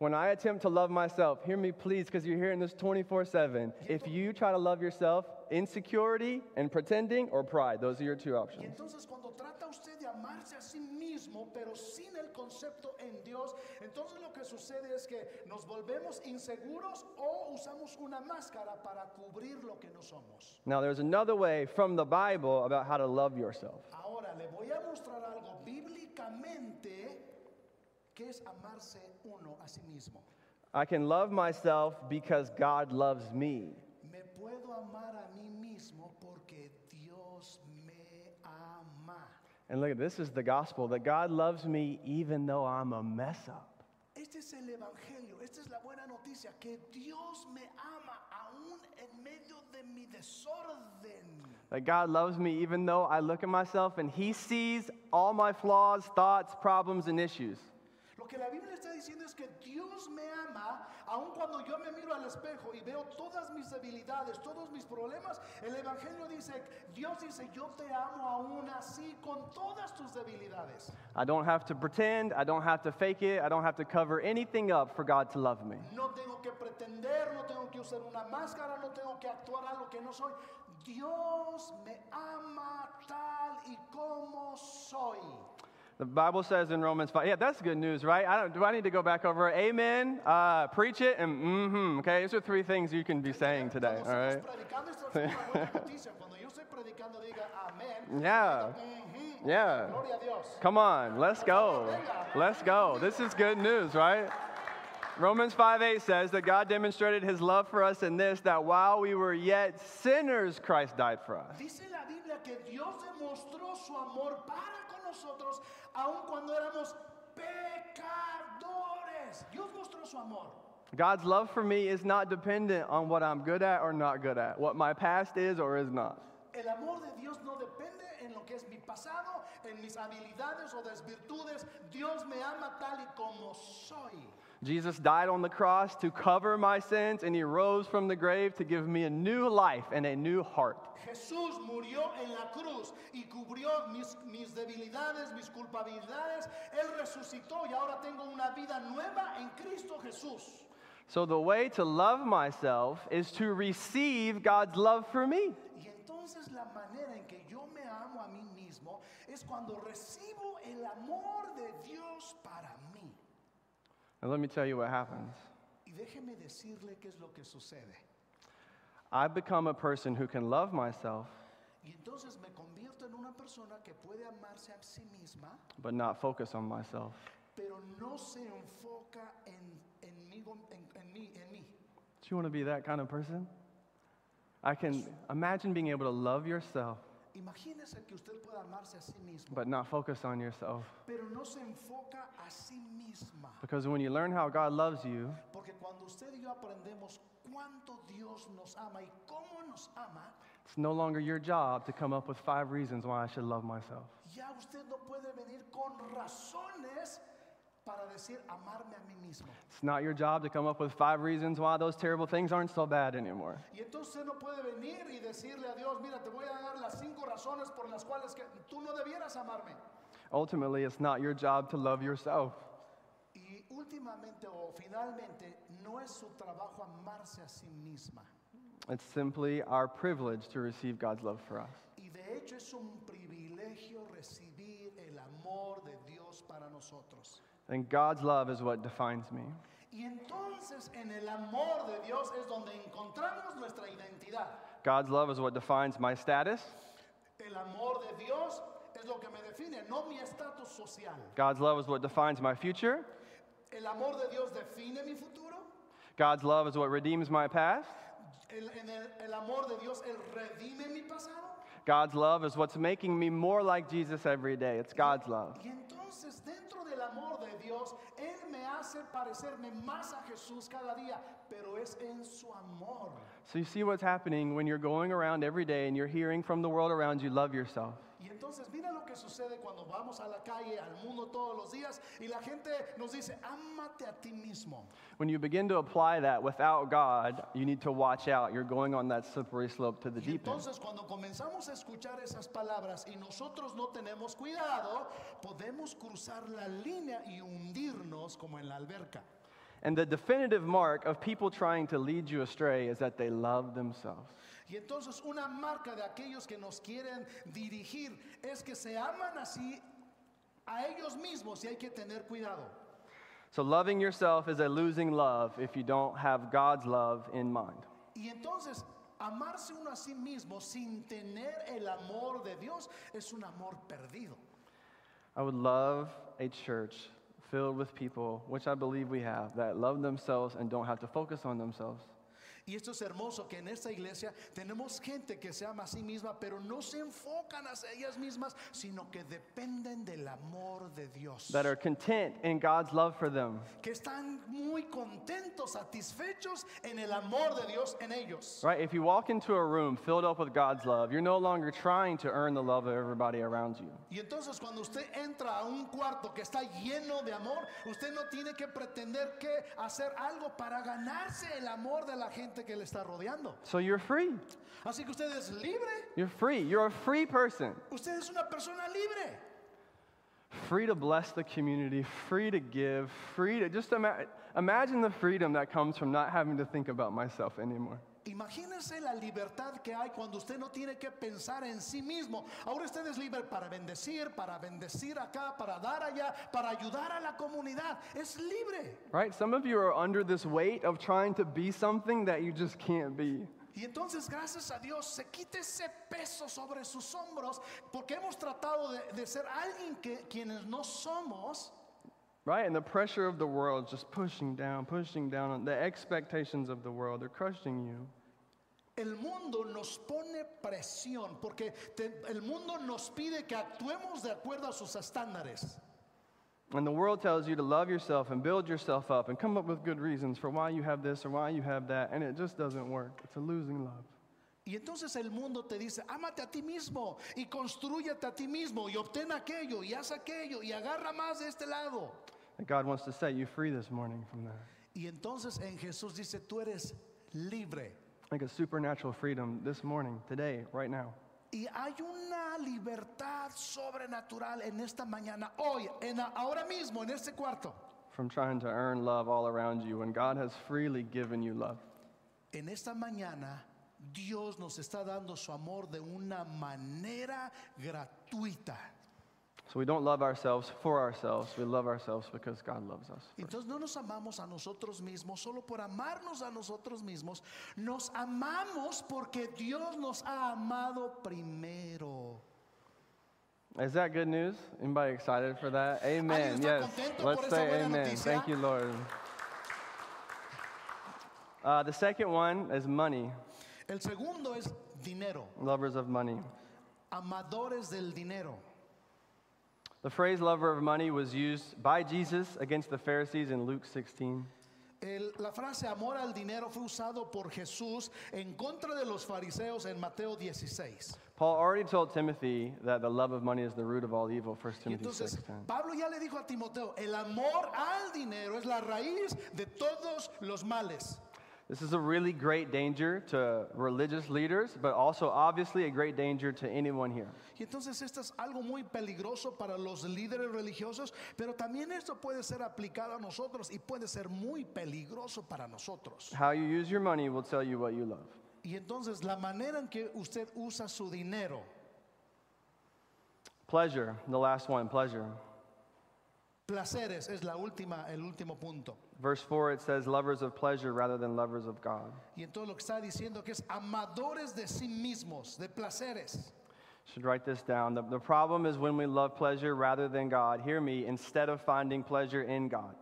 Speaker 1: When I attempt to love myself, hear me please, because you're hearing this 24 7. If you try to love yourself, insecurity and pretending or pride, those are your two
Speaker 2: Y
Speaker 1: options.
Speaker 2: entonces cuando trata usted de amarse a sí mismo, pero sin el concepto en Dios, entonces lo que sucede es que nos volvemos inseguros o usamos una máscara para cubrir lo que no somos.
Speaker 1: Now, there's another way from the Bible about how to love yourself.
Speaker 2: Ahora le voy a mostrar algo bíblicamente que es amarse uno a sí mismo.
Speaker 1: I can love myself because God loves me.
Speaker 2: Me puedo amar a mí mismo porque Dios me ama.
Speaker 1: And look at this is the gospel that God loves me even though I'm a mess up.
Speaker 2: Este es el evangelio, esta es la buena noticia, que Dios me ama aún en medio de mi desorden.
Speaker 1: That God loves me even though I look at myself and He sees all my flaws, thoughts, problems, and issues.
Speaker 2: Lo Lo que la Biblia está diciendo es que Dios me ama, aun cuando yo me miro al espejo y veo todas mis debilidades, todos mis problemas. El Evangelio dice, Dios dice, yo te amo aún así con todas tus debilidades.
Speaker 1: I don't have to pretend. I don't have to fake it. I don't have to cover anything up for God to love me.
Speaker 2: No tengo que pretender, no tengo que usar una máscara, no tengo que actuar algo que no soy. Dios me ama tal y como soy.
Speaker 1: The Bible says in Romans 5. Yeah, that's good news, right? I don't, do I need to go back over amen, uh, preach it, and mm-hmm, okay? Those are three things you can be saying today, all
Speaker 2: Cuando
Speaker 1: right?
Speaker 2: estemos predicando, esta es una buena noticia. Cuando yo estoy predicando, diga amén.
Speaker 1: Yeah,
Speaker 2: Ujú.
Speaker 1: yeah.
Speaker 2: Gloria a Dios.
Speaker 1: Come on, let's go. Let's go. This is good news, right? Romans 5:8 says that God demonstrated his love for us in this that while we were yet sinners Christ died for us.
Speaker 2: Dice la Biblia que Dios demostró su amor para con nosotros, aun cuando éramos pecadores. Dios mostró su amor.
Speaker 1: God's love for me is not dependent on what I'm good at or not good at, what my past is or is not.
Speaker 2: El amor de Dios no depende en lo que es mi pasado, en mis habilidades o desvirtudes. Dios me ama tal y como soy.
Speaker 1: Jesus died on the cross to cover my sins and he rose from the grave to give me a new life and a new heart.
Speaker 2: Jesús murió en la cruz y cubrió mis, mis debilidades, mis culpabilidades. Él resucitó y ahora tengo una vida nueva en Cristo Jesús.
Speaker 1: So the way to love myself is to receive God's love for me.
Speaker 2: Y entonces la manera en que yo me amo a mí mismo es cuando recibo el amor de Dios para mí.
Speaker 1: And let me tell you what happens.
Speaker 2: Y déjeme decirle qué es lo que sucede.
Speaker 1: I become a person who can love myself,
Speaker 2: Y entonces me convierto en una persona que puede amarse a sí misma,
Speaker 1: but not focus on myself.
Speaker 2: pero no se enfoca en, en, mí, en, en mí, en mí.
Speaker 1: Do you want to be that kind of person? I can imagine being able to love yourself,
Speaker 2: Imagínese que usted pueda amarse a sí mismo,
Speaker 1: but not focus on yourself.
Speaker 2: pero no se enfoca a sí misma.
Speaker 1: Because when you learn how God loves you,
Speaker 2: Porque cuando usted y yo aprendemos cuánto Dios nos ama y cómo nos ama,
Speaker 1: it's no longer your job to come up with five reasons why I should love myself.
Speaker 2: ya usted no puede venir con razones para decir amarme a mí mismo.
Speaker 1: It's not your job to come up with five reasons why those terrible things aren't so bad anymore.
Speaker 2: Y entonces usted no puede venir y decirle a Dios, mira, te voy a dar las cinco razones por las cuales que tú no debieras amarme.
Speaker 1: Ultimately, it's not your job to love yourself.
Speaker 2: Y últimamente o finalmente no es su trabajo amarse a sí misma.
Speaker 1: It's simply our privilege to receive God's love for us.
Speaker 2: Y de hecho es un privilegio recibir el amor de Dios para nosotros.
Speaker 1: And God's love is what defines me.
Speaker 2: Y entonces en el amor de Dios es donde encontramos nuestra identidad.
Speaker 1: God's love is what defines my status.
Speaker 2: El amor de Dios es lo que me define, no mi estatus social.
Speaker 1: God's love is what defines my future.
Speaker 2: El amor de Dios define mi futuro.
Speaker 1: God's love is what redeems my past.
Speaker 2: El, en el, el amor de Dios, Él redime mi pasado.
Speaker 1: God's love is what's making me more like Jesus every day. It's God's love.
Speaker 2: Y entonces dentro del amor de Dios, Él me hace parecerme más a Jesús cada día, pero es en su amor.
Speaker 1: So you see what's happening when you're going around every day and you're hearing from the world around you, love yourself.
Speaker 2: Y entonces mira lo que sucede cuando vamos a la calle, al mundo todos los días, y la gente nos dice, ámate a ti mismo.
Speaker 1: When you begin to apply that without God, you need to watch out. You're going on that slippery slope to the
Speaker 2: Y
Speaker 1: deep end.
Speaker 2: entonces cuando comenzamos a escuchar esas palabras y nosotros no tenemos cuidado, podemos cruzar la línea y hundirnos como en la alberca.
Speaker 1: And the definitive mark of people trying to lead you astray is that they love themselves.
Speaker 2: Y entonces una marca de aquellos que nos quieren dirigir es que se aman así a ellos mismos y hay que tener cuidado.
Speaker 1: So loving yourself is a losing love if you don't have God's love in mind.
Speaker 2: Y entonces amarse uno a sí mismo sin tener el amor de Dios es un amor perdido.
Speaker 1: I would love a church filled with people, which I believe we have, that love themselves and don't have to focus on themselves.
Speaker 2: Y esto es hermoso que en esta iglesia tenemos gente que se ama a sí misma, pero no se enfocan hacia ellas mismas, sino que dependen del amor de Dios.
Speaker 1: That are content in God's love for them.
Speaker 2: Que están muy contentos contentos, satisfechos en el amor de Dios en ellos.
Speaker 1: Right? If you walk into a room filled up with God's love, you're no longer trying to earn the love of everybody around you.
Speaker 2: Y entonces cuando usted entra a un cuarto que está lleno de amor, usted no tiene que pretender que hacer algo para ganarse el amor de la gente que le está rodeando.
Speaker 1: So you're free.
Speaker 2: Así que usted es libre.
Speaker 1: You're free. You're a free person.
Speaker 2: Usted es una persona libre.
Speaker 1: Free to bless the community, free to give, free to just ima- imagine the freedom that comes from not having to think about myself anymore.
Speaker 2: Imagínense la libertad que hay cuando usted no tiene que pensar en sí mismo. Ahora usted es libre para bendecir, para bendecir acá, para dar allá, para ayudar a la comunidad. Es libre.
Speaker 1: Right? Some of you are under this weight of trying to be something that you just can't be.
Speaker 2: Y entonces, gracias a Dios, se quite ese peso sobre sus hombros, porque hemos tratado de, de ser alguien que quienes no somos.
Speaker 1: Right? And the pressure of the world just pushing down, pushing down on the expectations of the world, they're crushing you.
Speaker 2: El mundo nos pone presión, porque te- el mundo nos pide que actuemos de acuerdo a sus estándares.
Speaker 1: And the world tells you to love yourself and build yourself up and come up with good reasons for why you have this or why you have that, and it just doesn't work. It's a losing love.
Speaker 2: Y entonces el mundo te dice, ámate a ti mismo y construyete a ti mismo y obtén aquello y haz aquello y agarra más de este lado.
Speaker 1: And God wants to set you free this morning from that.
Speaker 2: Y entonces en Jesús dice, tú eres libre.
Speaker 1: Like a supernatural freedom this morning, today, right now.
Speaker 2: Y hay una libertad sobrenatural en esta mañana, hoy, en a- ahora mismo, en este cuarto.
Speaker 1: From trying to earn love all around you when God has freely given you love.
Speaker 2: En esta mañana Dios nos está dando su amor de una manera gratuita.
Speaker 1: So we don't love ourselves for ourselves, we love ourselves because God loves us.
Speaker 2: Entonces no nos amamos a nosotros mismos solo por amarnos a nosotros mismos. Nos amamos porque Dios nos ha amado primero.
Speaker 1: Is that good news? Anybody excited for that? Amen.
Speaker 2: está
Speaker 1: Yes.
Speaker 2: contento por
Speaker 1: Let's
Speaker 2: esa
Speaker 1: say
Speaker 2: buena
Speaker 1: amen.
Speaker 2: noticia?
Speaker 1: Thank you, Lord. Uh, the second one is money,
Speaker 2: El segundo es dinero,
Speaker 1: lovers of money.
Speaker 2: amadores del dinero.
Speaker 1: The phrase lover of money was used by Jesus against the Pharisees in Luke 16.
Speaker 2: El- la frase amor al dinero fue usado por Jesús en contra de los fariseos en Mateo 16.
Speaker 1: Paul already told Timothy that the love of money is the root of all evil, 1
Speaker 2: Y
Speaker 1: Timothy
Speaker 2: entonces
Speaker 1: 6:10.
Speaker 2: Pablo ya le dijo a Timoteo, el amor al dinero es la raíz de todos los males.
Speaker 1: This is a really great danger to religious leaders, but also obviously a great danger to anyone here.
Speaker 2: Y entonces esto es algo muy peligroso para los líderes religiosos, pero también esto puede ser aplicado a nosotros y puede ser muy peligroso para nosotros.
Speaker 1: How you use your money will tell you what you love.
Speaker 2: Y entonces la manera en que usted usa su dinero,
Speaker 1: Pleasure, the last one, pleasure.
Speaker 2: placeres es la última, el último punto.
Speaker 1: Verse 4, it says, lovers of pleasure rather than lovers of God.
Speaker 2: Y entonces lo que está diciendo que es amadores de sí mismos, de placeres.
Speaker 1: Should write this down. The, the problem is when we love pleasure rather than God, hear me, instead of finding pleasure in God.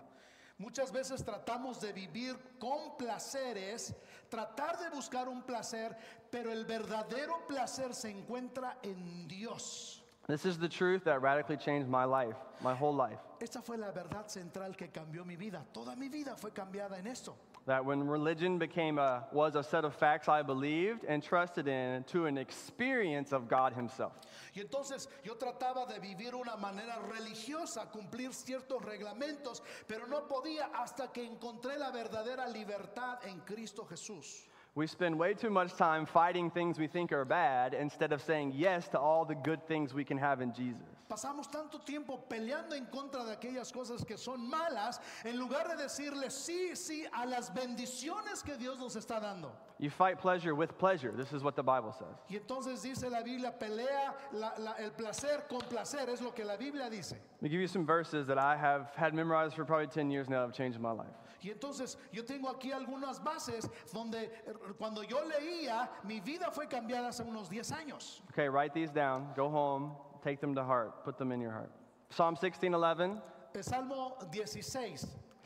Speaker 2: Muchas veces tratamos de vivir con placeres, tratar de buscar un placer, pero el verdadero placer se encuentra en Dios.
Speaker 1: This is the truth that radically changed my life, my whole life.
Speaker 2: Esta fue la verdad central que cambió mi vida. Toda mi vida fue cambiada en esto.
Speaker 1: That when religion became a, was a set of facts I believed and trusted in to an experience of God Himself.
Speaker 2: Y entonces yo trataba de vivir una manera religiosa, cumplir ciertos reglamentos, pero no podía hasta que encontré la verdadera libertad en Cristo Jesús.
Speaker 1: We spend way too much time fighting things we think are bad instead of saying yes to all the good things we can have in Jesus.
Speaker 2: Pasamos tanto tiempo peleando en contra de aquellas cosas que son malas, en lugar de decirle sí, sí a las bendiciones que Dios nos está dando.
Speaker 1: You fight pleasure with pleasure. This is what the Bible says.
Speaker 2: Y entonces dice la Biblia, pelea la- la- el placer con placer, es lo que la Biblia dice.
Speaker 1: Let me give you some verses that I have had memorized for probably 10 years now that have changed my life.
Speaker 2: Y entonces yo tengo aquí algunas bases donde eh, cuando yo leía, mi vida fue cambiada hace unos 10 años.
Speaker 1: Okay, write these down. Go home, take them to heart, put them in your heart. Psalm 16:11,
Speaker 2: El Salmo 16,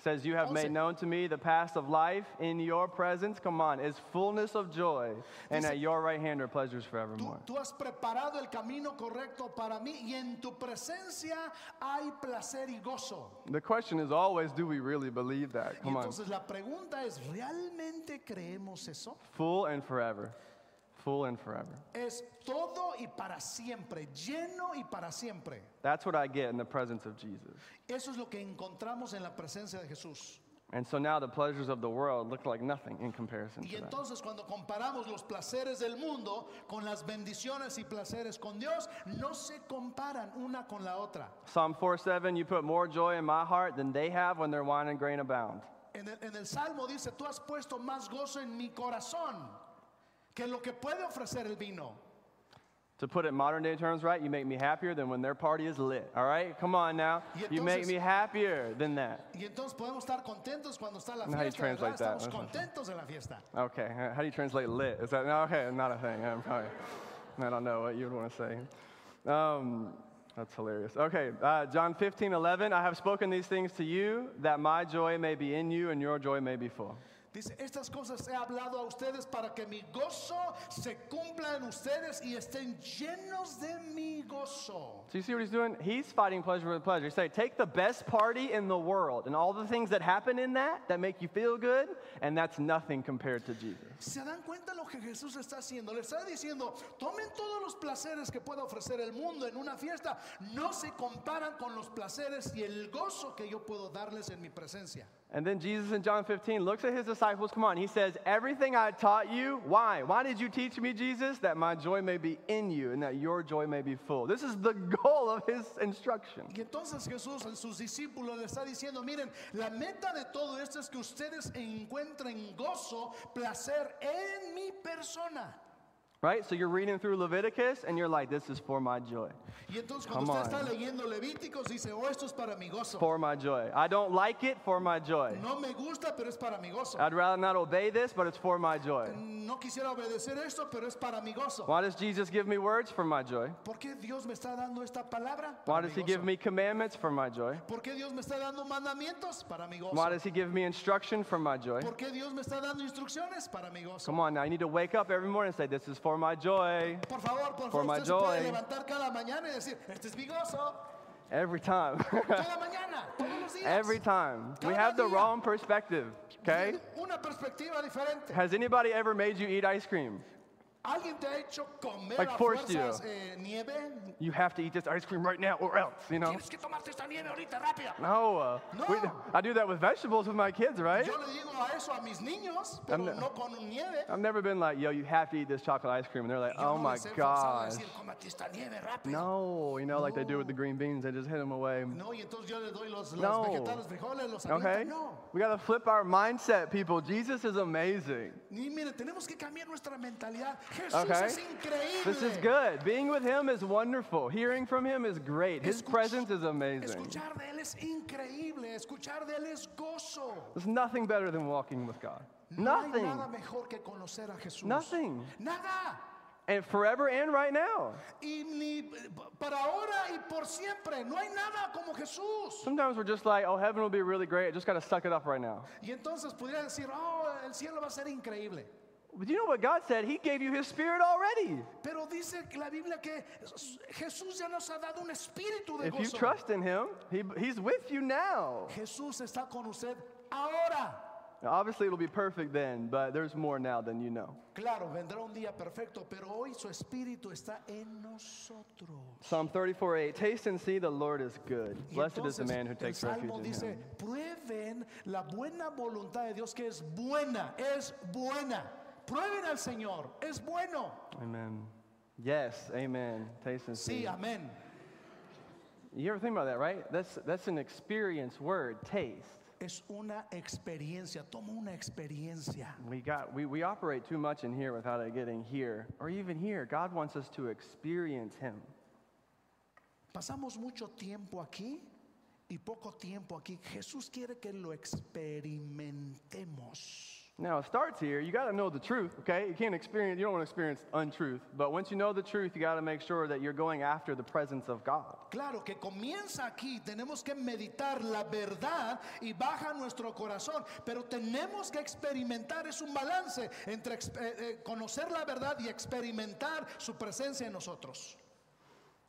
Speaker 1: says, You have made
Speaker 2: Once.
Speaker 1: known to me the past of life in your presence. Come on, is fullness of joy. And
Speaker 2: Dice-
Speaker 1: at your right hand are pleasures
Speaker 2: Tú,
Speaker 1: forevermore.
Speaker 2: tú has preparado el camino correcto para mí y en tu presencia hay placer y gozo.
Speaker 1: The question is always, do we really believe that?
Speaker 2: Y
Speaker 1: Come on.
Speaker 2: entonces la pregunta es, ¿realmente creemos eso?
Speaker 1: Full and forever. Full and forever.
Speaker 2: Es todo y para siempre, lleno y para siempre.
Speaker 1: That's what I get in the presence of Jesus.
Speaker 2: Eso es lo que encontramos en la presencia de Jesús.
Speaker 1: And so now the pleasures of the world look like nothing in comparison
Speaker 2: Y
Speaker 1: to that.
Speaker 2: entonces cuando comparamos los placeres del mundo con las bendiciones y placeres con Dios, no se comparan una con la otra.
Speaker 1: Psalm 4 7, you put more joy in my heart than they have when their wine and grain abound.
Speaker 2: En el, en el Salmo dice, tú has puesto más gozo en mi corazón que lo que puede ofrecer el vino.
Speaker 1: To put it modern day terms right, you make me happier than when their party is lit. All right? Come on now.
Speaker 2: Y
Speaker 1: You make
Speaker 2: entonces-
Speaker 1: me happier than that.
Speaker 2: Y entonces podemos estar contentos cuando está la
Speaker 1: No, how you
Speaker 2: fiesta. ¿verdad?
Speaker 1: translate that. [LAUGHS]
Speaker 2: Estamos
Speaker 1: That's not-
Speaker 2: contentos en la fiesta.
Speaker 1: Okay, h- how do you translate lit? Is that no, okay? Not a thing. I'm probably, I don't know what you'd want to say. Um, that's hilarious. Okay, uh, John 15, 11. I have spoken these things to you that my joy may be in you and your joy may be full.
Speaker 2: Dice, estas cosas he hablado a ustedes para que mi gozo se cumpla en ustedes y estén llenos de mi gozo.
Speaker 1: So you see what he's doing? He's fighting pleasure with pleasure. He's saying, take the best party in the world and all the things that happen in that that make you feel good, and that's nothing compared to Jesus.
Speaker 2: ¿Se dan cuenta lo que Jesús está haciendo? Le está diciendo, tomen todos los placeres que pueda ofrecer el mundo en una fiesta, no se comparan con los placeres y el gozo que yo puedo darles en mi presencia.
Speaker 1: And then Jesus in John 15 looks at his disciples. Come on, he says, Everything I taught you, why? Why did you teach me, Jesus? That my joy may be in you and that your joy may be full. This is the [LAUGHS] goal of his instruction.
Speaker 2: Y entonces Jesús en sus discípulos le está diciendo, miren, la meta de todo esto es que ustedes encuentren gozo, placer en mi persona.
Speaker 1: Right? So you're reading through Leviticus and you're like, This is for my joy.
Speaker 2: Y entonces cuando
Speaker 1: Come
Speaker 2: usted
Speaker 1: on.
Speaker 2: está leyendo Levíticos dice, oh, esto es para mi gozo.
Speaker 1: For my joy. I don't like it, for my joy.
Speaker 2: No me gusta, pero es para mi gozo.
Speaker 1: I'd rather not obey this, but it's for my joy.
Speaker 2: No quisiera obedecer esto, pero es para mi gozo.
Speaker 1: Why does Jesus give me words for my joy?
Speaker 2: ¿Por qué Dios me está dando esta palabra?
Speaker 1: Why
Speaker 2: Para
Speaker 1: does
Speaker 2: mi
Speaker 1: he give
Speaker 2: gozo.
Speaker 1: me commandments for my joy?
Speaker 2: ¿Por qué Dios me está dando mandamientos? Para mi gozo.
Speaker 1: Why does he give me instruction for my joy?
Speaker 2: ¿Por qué Dios me está dando instrucciones? Para mi gozo.
Speaker 1: Come on now, you need to wake up every morning and say, This is for my joy.
Speaker 2: Por favor, por
Speaker 1: For
Speaker 2: favor,
Speaker 1: my
Speaker 2: usted se puede
Speaker 1: joy.
Speaker 2: levantar cada mañana y decir, este es mi gozo.
Speaker 1: Every time. [LAUGHS]
Speaker 2: Cada mañana, todos los días.
Speaker 1: Every time. We have the wrong perspective, okay?
Speaker 2: Tiene Una perspectiva diferente.
Speaker 1: Has anybody ever made you eat ice cream?
Speaker 2: ¿Alguien te ha hecho comer
Speaker 1: Like
Speaker 2: a
Speaker 1: forced
Speaker 2: fuerzas
Speaker 1: you.
Speaker 2: eh, nieve?
Speaker 1: You have to eat this ice cream right now or else, you know?
Speaker 2: Tienes que tomarte esta nieve ahorita, rápido.
Speaker 1: No. uh, we-
Speaker 2: No.
Speaker 1: I do that with vegetables with my kids, right?
Speaker 2: Yo le digo a eso a mis niños, pero
Speaker 1: no-
Speaker 2: no con nieve.
Speaker 1: I've never been like, yo, you have to eat this chocolate ice cream. And they're like,
Speaker 2: Yo
Speaker 1: oh
Speaker 2: no
Speaker 1: my
Speaker 2: les he forzado a
Speaker 1: gosh.
Speaker 2: decir, "Cómete esta nieve rápido.
Speaker 1: No, you know, like they do with the green beans, they just hit them away.
Speaker 2: No, y entonces yo le doy los, los
Speaker 1: No.
Speaker 2: vegetales, frijoles, los
Speaker 1: Okay?
Speaker 2: alimentos. No.
Speaker 1: We gotta flip our mindset, people. Jesus is amazing.
Speaker 2: Y mire, tenemos que cambiar nuestra mentalidad. Jesús
Speaker 1: Okay?
Speaker 2: es increíble.
Speaker 1: This is good. Being with him is wonderful. Hearing from him is great. His
Speaker 2: Escuch-
Speaker 1: presence is amazing.
Speaker 2: Escuchar de Él es increíble. Escuchar de Él es gozo.
Speaker 1: There's nothing better than walking with God.
Speaker 2: No hay
Speaker 1: Nothing.
Speaker 2: nada mejor que conocer a Jesús.
Speaker 1: Nothing.
Speaker 2: Nada.
Speaker 1: And forever and right now.
Speaker 2: Y ni para ahora y por siempre. No hay nada como Jesús.
Speaker 1: Sometimes we're just like, oh, heaven will be really great. I just got to suck it up right now.
Speaker 2: Y entonces pudiera decir, oh, el cielo va a ser increíble.
Speaker 1: But you know what God said? He gave you his spirit already.
Speaker 2: Pero dice que la Biblia que Jesús ya nos ha dado un espíritu de
Speaker 1: If you
Speaker 2: gozo.
Speaker 1: trust in him, he, he's with you now.
Speaker 2: Jesús está con usted ahora.
Speaker 1: Now, obviously, it'll be perfect then, but there's more now than you know.
Speaker 2: Claro, vendrá un día perfecto, pero hoy su espíritu está en nosotros.
Speaker 1: Psalm 34 8 Taste and see the Lord is good.
Speaker 2: Y
Speaker 1: Blessed is the
Speaker 2: entonces,
Speaker 1: man who
Speaker 2: el
Speaker 1: takes refuge
Speaker 2: Salmo
Speaker 1: in
Speaker 2: dice,
Speaker 1: him.
Speaker 2: prueben la buena voluntad de Dios que es buena, es buena. Prueben al Señor, es bueno.
Speaker 1: Amen. Yes, amen. Taste and see.
Speaker 2: Sí, amén.
Speaker 1: You ever think about that, right? That's, that's an experience word, taste.
Speaker 2: Es una experiencia, toma una experiencia.
Speaker 1: We got we, we operate too much in here without it getting here or even here. God wants us to experience him.
Speaker 2: Pasamos mucho tiempo aquí y poco tiempo aquí. Jesús quiere que lo experimentemos.
Speaker 1: Now it starts here. You got to know the truth, okay? You can't experience. You don't want to experience untruth. But once you know the truth, you got to make sure that you're going after the presence of God.
Speaker 2: Claro que comienza aquí, tenemos que meditar la verdad y baja nuestro corazón, pero tenemos que experimentar, es un balance entre ex- eh, eh, conocer la verdad y experimentar su presencia en nosotros.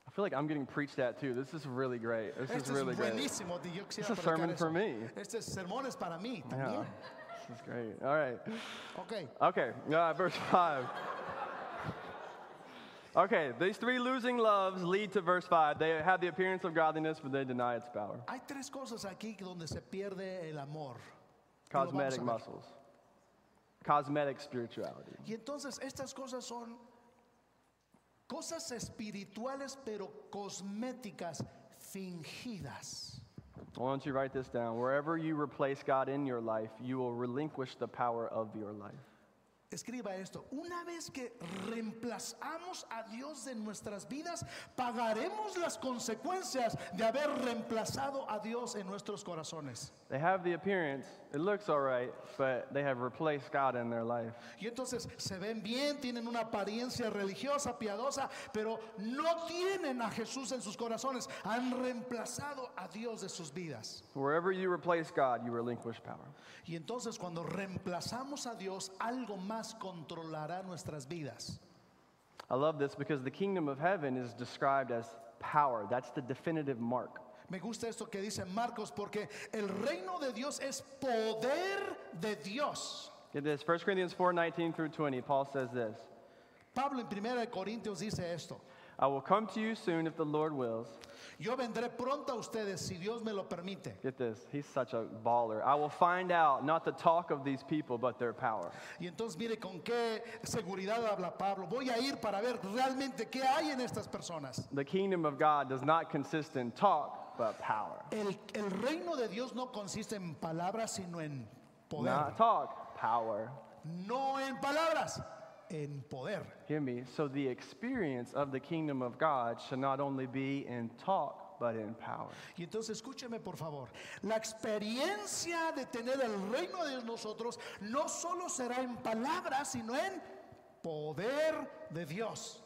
Speaker 1: I feel like I'm getting preached at too. This is really great. This is
Speaker 2: Este
Speaker 1: really [LAUGHS]
Speaker 2: es
Speaker 1: great.
Speaker 2: buenísimo, di- yo quisiera
Speaker 1: This is a sermon
Speaker 2: predicar
Speaker 1: for
Speaker 2: eso.
Speaker 1: me.
Speaker 2: Este sermón es para mí
Speaker 1: Yeah.
Speaker 2: también.
Speaker 1: This is great. All right.
Speaker 2: Ok.
Speaker 1: Okay. Uh, verse five. Okay, these three losing loves lead to verse 5. They have the appearance of godliness, but they deny its power.
Speaker 2: Hay tres cosas aquí donde se pierde el amor. Y lo vamos a
Speaker 1: Cosmetic
Speaker 2: ver.
Speaker 1: muscles, cosmetic spirituality.
Speaker 2: Y entonces estas cosas son cosas espirituales pero cosméticas, fingidas.
Speaker 1: Why don't you write this down? Wherever you replace God in your life, you will relinquish the power of your life.
Speaker 2: Escriba esto, una vez que reemplazamos a Dios de nuestras vidas, pagaremos las consecuencias de haber reemplazado a Dios en nuestros corazones.
Speaker 1: They have the appearance, it looks all right, but they have replaced God in their life.
Speaker 2: Y entonces se ven bien, tienen una apariencia religiosa, piadosa, pero no tienen a Jesús en sus corazones, han reemplazado a Dios de sus vidas.
Speaker 1: Wherever you replace God, you relinquish power.
Speaker 2: Y entonces cuando reemplazamos a Dios, algo más controlará nuestras vidas.
Speaker 1: I love this because the kingdom of heaven is described as power. That's the definitive mark.
Speaker 2: Me gusta esto que dice Marcos porque el reino de Dios es poder de Dios.
Speaker 1: Get this 1 Corinthians 4 19 through 20, Paul says this
Speaker 2: Pablo en 1 Corintios dice esto,
Speaker 1: I will come to you soon if the Lord wills.
Speaker 2: yo vendré pronto a ustedes si Dios me lo permite.
Speaker 1: Get this, he's such a baller. I will find out not the talk of these people, but their power.
Speaker 2: Y entonces mire con qué seguridad habla Pablo. Voy a ir para ver realmente qué hay en estas personas.
Speaker 1: The kingdom of God does not consist in talk, but power.
Speaker 2: El, el reino de Dios no consiste en palabras, sino en poder.
Speaker 1: Not talk, power.
Speaker 2: No en palabras, en poder.
Speaker 1: Hear me. So the experience of the kingdom of God should not only be in talk, but in power.
Speaker 2: Y entonces escúcheme por favor, la experiencia de tener el reino de nosotros no solo será en palabras, sino en poder de Dios.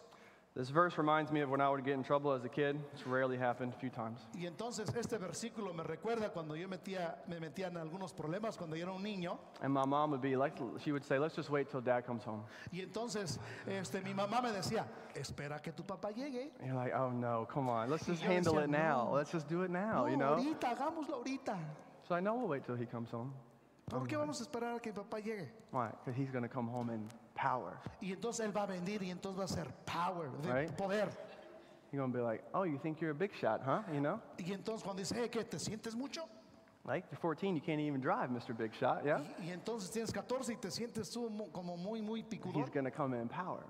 Speaker 1: This verse reminds me of when I would get in trouble as a kid, which rarely happened, a few times.
Speaker 2: Y entonces este versículo me recuerda cuando yo metía, me metía en algunos problemas cuando yo era un niño.
Speaker 1: And my mom would be like, she would say, let's just wait till dad comes home.
Speaker 2: Y entonces este, mi mamá me decía, espera que tu papá llegue.
Speaker 1: And you're like, oh no, come on, let's just
Speaker 2: yo
Speaker 1: handle
Speaker 2: decía,
Speaker 1: it now.
Speaker 2: "No.
Speaker 1: Let's just do it now,
Speaker 2: No,
Speaker 1: Oh, you know?
Speaker 2: ahorita, hagámoslo ahorita.
Speaker 1: So I know we'll wait till he comes home. Oh,
Speaker 2: ¿Por qué vamos a esperar a que mi papá llegue?
Speaker 1: Why? Because he's going to come home in power.
Speaker 2: Y entonces él va a venir y entonces va a ser power, de
Speaker 1: Right.
Speaker 2: poder.
Speaker 1: You're going to be like, oh, you think you're a big shot, huh? You know?
Speaker 2: Y entonces cuando dice, "Eh, ¿qué? ¿Te sientes mucho?
Speaker 1: Like, you're 14, you can't even drive, Mr. Big Shot, yeah?
Speaker 2: Y entonces tienes 14 y te sientes tú mu- como muy, muy
Speaker 1: He's
Speaker 2: picudón.
Speaker 1: going to come in power.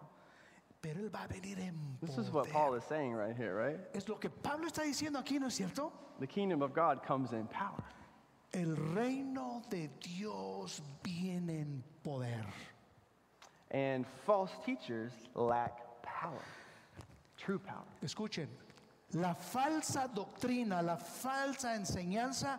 Speaker 2: Pero él va a venir en
Speaker 1: This is what
Speaker 2: poder.
Speaker 1: Paul is saying right here, right?
Speaker 2: Es lo que Pablo está diciendo aquí, ¿no es cierto?
Speaker 1: The kingdom of God comes in power.
Speaker 2: El reino de Dios viene en poder.
Speaker 1: And false teachers lack power, true power.
Speaker 2: Escuchen, la falsa doctrina, la falsa enseñanza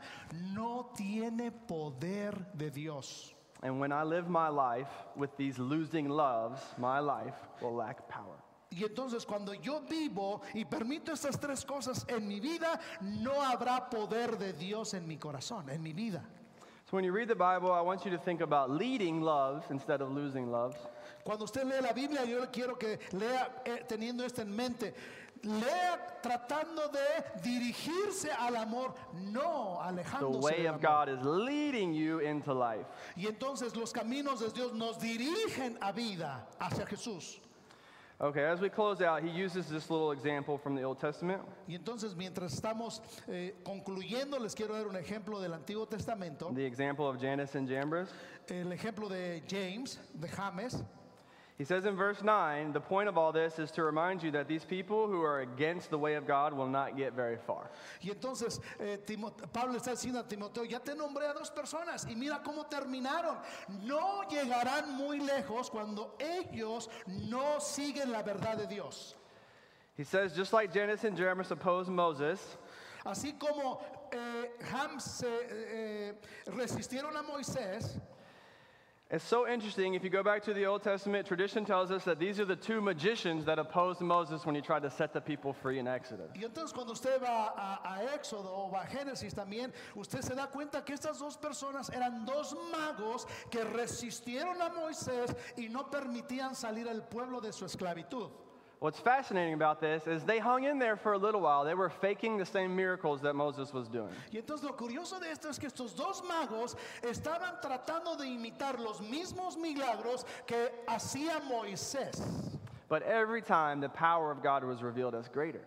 Speaker 2: no tiene poder de Dios.
Speaker 1: And when I live my life with these losing loves, my life will lack power.
Speaker 2: Y entonces cuando yo vivo y permito estas tres cosas en mi vida, no habrá poder de Dios en mi corazón, en mi vida.
Speaker 1: So when you read the Bible, I want you to think about leading loves instead of losing loves.
Speaker 2: Cuando usted lee la Biblia, yo le quiero que lea eh, teniendo esto en mente. Lea tratando de dirigirse al amor, no
Speaker 1: The
Speaker 2: alejándose
Speaker 1: way
Speaker 2: del
Speaker 1: of
Speaker 2: amor.
Speaker 1: God is leading you into life.
Speaker 2: Y entonces los caminos de Dios nos dirigen a vida hacia Jesús.
Speaker 1: Okay, as we close out, he uses this little example from the Old Testament.
Speaker 2: Y entonces mientras estamos eh, concluyendo, les quiero dar un ejemplo del Antiguo Testamento,
Speaker 1: The example of Janus and Jambres.
Speaker 2: el ejemplo de James, de James.
Speaker 1: He says in verse 9, the point of all this is to remind you that these people who are against the way of God will not get very far.
Speaker 2: Y entonces eh, Timo- Pablo está diciendo a Timoteo, ya te nombré a dos personas y mira cómo terminaron. No llegarán muy lejos cuando ellos no siguen la verdad de Dios.
Speaker 1: He says, just like Janus and Jambres opposed Moses,
Speaker 2: Así como eh, Ham se eh, eh, resistieron a Moisés,
Speaker 1: It's so interesting. If you go back to the Old Testament, tradition tells us that these are the two magicians that opposed Moses when he tried to set the people free in Exodus.
Speaker 2: Y entonces cuando usted va a, a Éxodo o va a Génesis también, usted se da cuenta que estas dos personas eran dos magos que resistieron a Moisés y no permitían salir al pueblo de su esclavitud.
Speaker 1: What's fascinating about this is they hung in there for a little while. They were faking the same miracles that Moses was doing.
Speaker 2: Y entonces lo curioso de esto es que estos dos magos estaban tratando de imitar los mismos milagros que hacía Moisés.
Speaker 1: But every time the power of God was revealed as greater.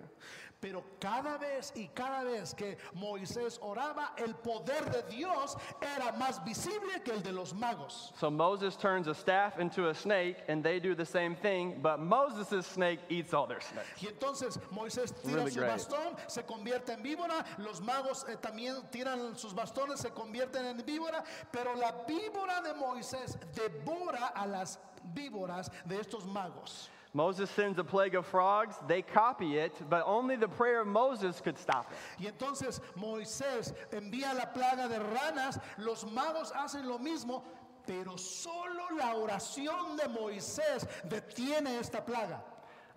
Speaker 2: Pero cada vez y cada vez que Moisés oraba, el poder de Dios era más visible que el de los magos.
Speaker 1: So Moses turns a staff into a snake, and they do the same thing, but Moses' snake eats all their snakes.
Speaker 2: Y entonces Moisés tira
Speaker 1: Really
Speaker 2: su
Speaker 1: great.
Speaker 2: bastón, se convierte en víbora, los magos eh, también tiran sus bastones, se convierten en víbora, pero la víbora de Moisés devora a las víboras de estos magos.
Speaker 1: Moses sends a plague of frogs. They copy it, but only the prayer of Moses could stop it.
Speaker 2: Y entonces Moisés envía la plaga de ranas, los magos hacen lo mismo, pero solo la oración de Moisés detiene esta plaga.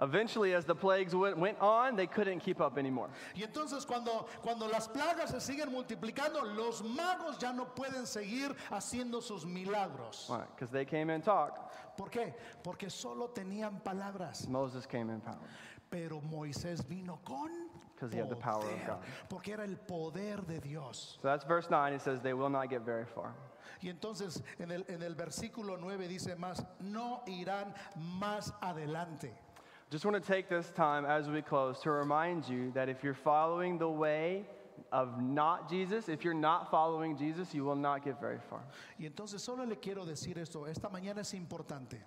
Speaker 1: Eventually, as the plagues went, went on, they couldn't keep up anymore.
Speaker 2: Y entonces cuando, cuando las plagas se siguen multiplicando, los magos ya no pueden seguir haciendo sus milagros.
Speaker 1: Why? Because they came in talk,
Speaker 2: ¿Por qué? Porque solo tenían palabras,
Speaker 1: Moses came in power.
Speaker 2: pero Moisés vino con
Speaker 1: 'Cause he had the power of
Speaker 2: poder,
Speaker 1: God.
Speaker 2: porque era el poder de Dios.
Speaker 1: So that's verse 9. It says, They will not get very far.
Speaker 2: Y entonces en el, en el versículo 9 dice más, no irán más adelante.
Speaker 1: Just want to take this time as we close to remind you that if you're following the way of not Jesus, if you're not following Jesus, you will not get very far.
Speaker 2: Y entonces solo le quiero decir esto, esta mañana es importante.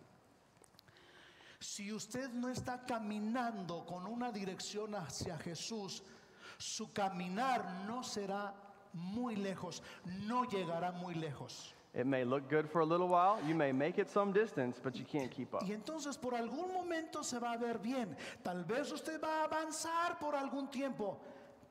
Speaker 2: Si usted no está caminando con una dirección hacia Jesús, su caminar no será muy lejos, no llegará muy lejos.
Speaker 1: It may look good for a little while, you may make it some distance, but you can't keep up.
Speaker 2: Y entonces por algún momento se va a ver bien. Tal vez usted va a avanzar por algún tiempo,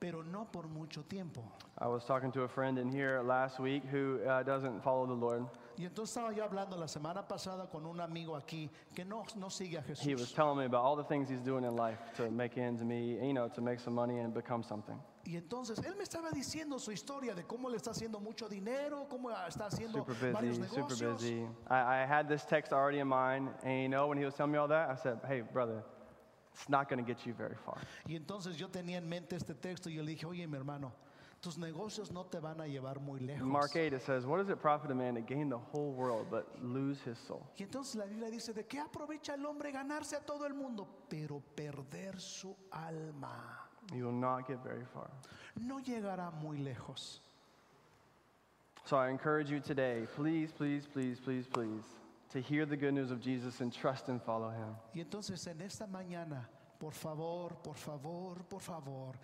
Speaker 2: pero no por mucho tiempo.
Speaker 1: I was talking to a friend in here last week who uh, doesn't follow the Lord.
Speaker 2: Y entonces estaba yo hablando la semana pasada con un amigo aquí que no, no sigue a
Speaker 1: He was
Speaker 2: Jesús.
Speaker 1: telling me about all the things he's doing in life to make ends meet, you know, to make some money and become something.
Speaker 2: Y entonces él me estaba diciendo su historia de cómo le está haciendo mucho dinero, cómo está haciendo
Speaker 1: Super
Speaker 2: varios
Speaker 1: busy, super
Speaker 2: negocios.
Speaker 1: busy. I, I had this text already in mind, and you know, when he was telling me all that, I said, Hey, brother, it's not going to get you very far.
Speaker 2: Y entonces yo tenía en mente este texto y yo le dije, oye mi hermano, tus negocios no te van a llevar muy lejos.
Speaker 1: In Mark 8, it says, What does it profit a man to gain the whole world but lose his soul?
Speaker 2: Y entonces la Biblia dice, ¿de qué aprovecha el hombre ganarse a todo el mundo? Pero perder su alma.
Speaker 1: You will not get very far.
Speaker 2: No llegará muy lejos.
Speaker 1: So I encourage you today, please, please, please, please, please, to hear the good news of Jesus and trust and follow him.
Speaker 2: Y entonces en esta mañana, por favor, por favor, por favor,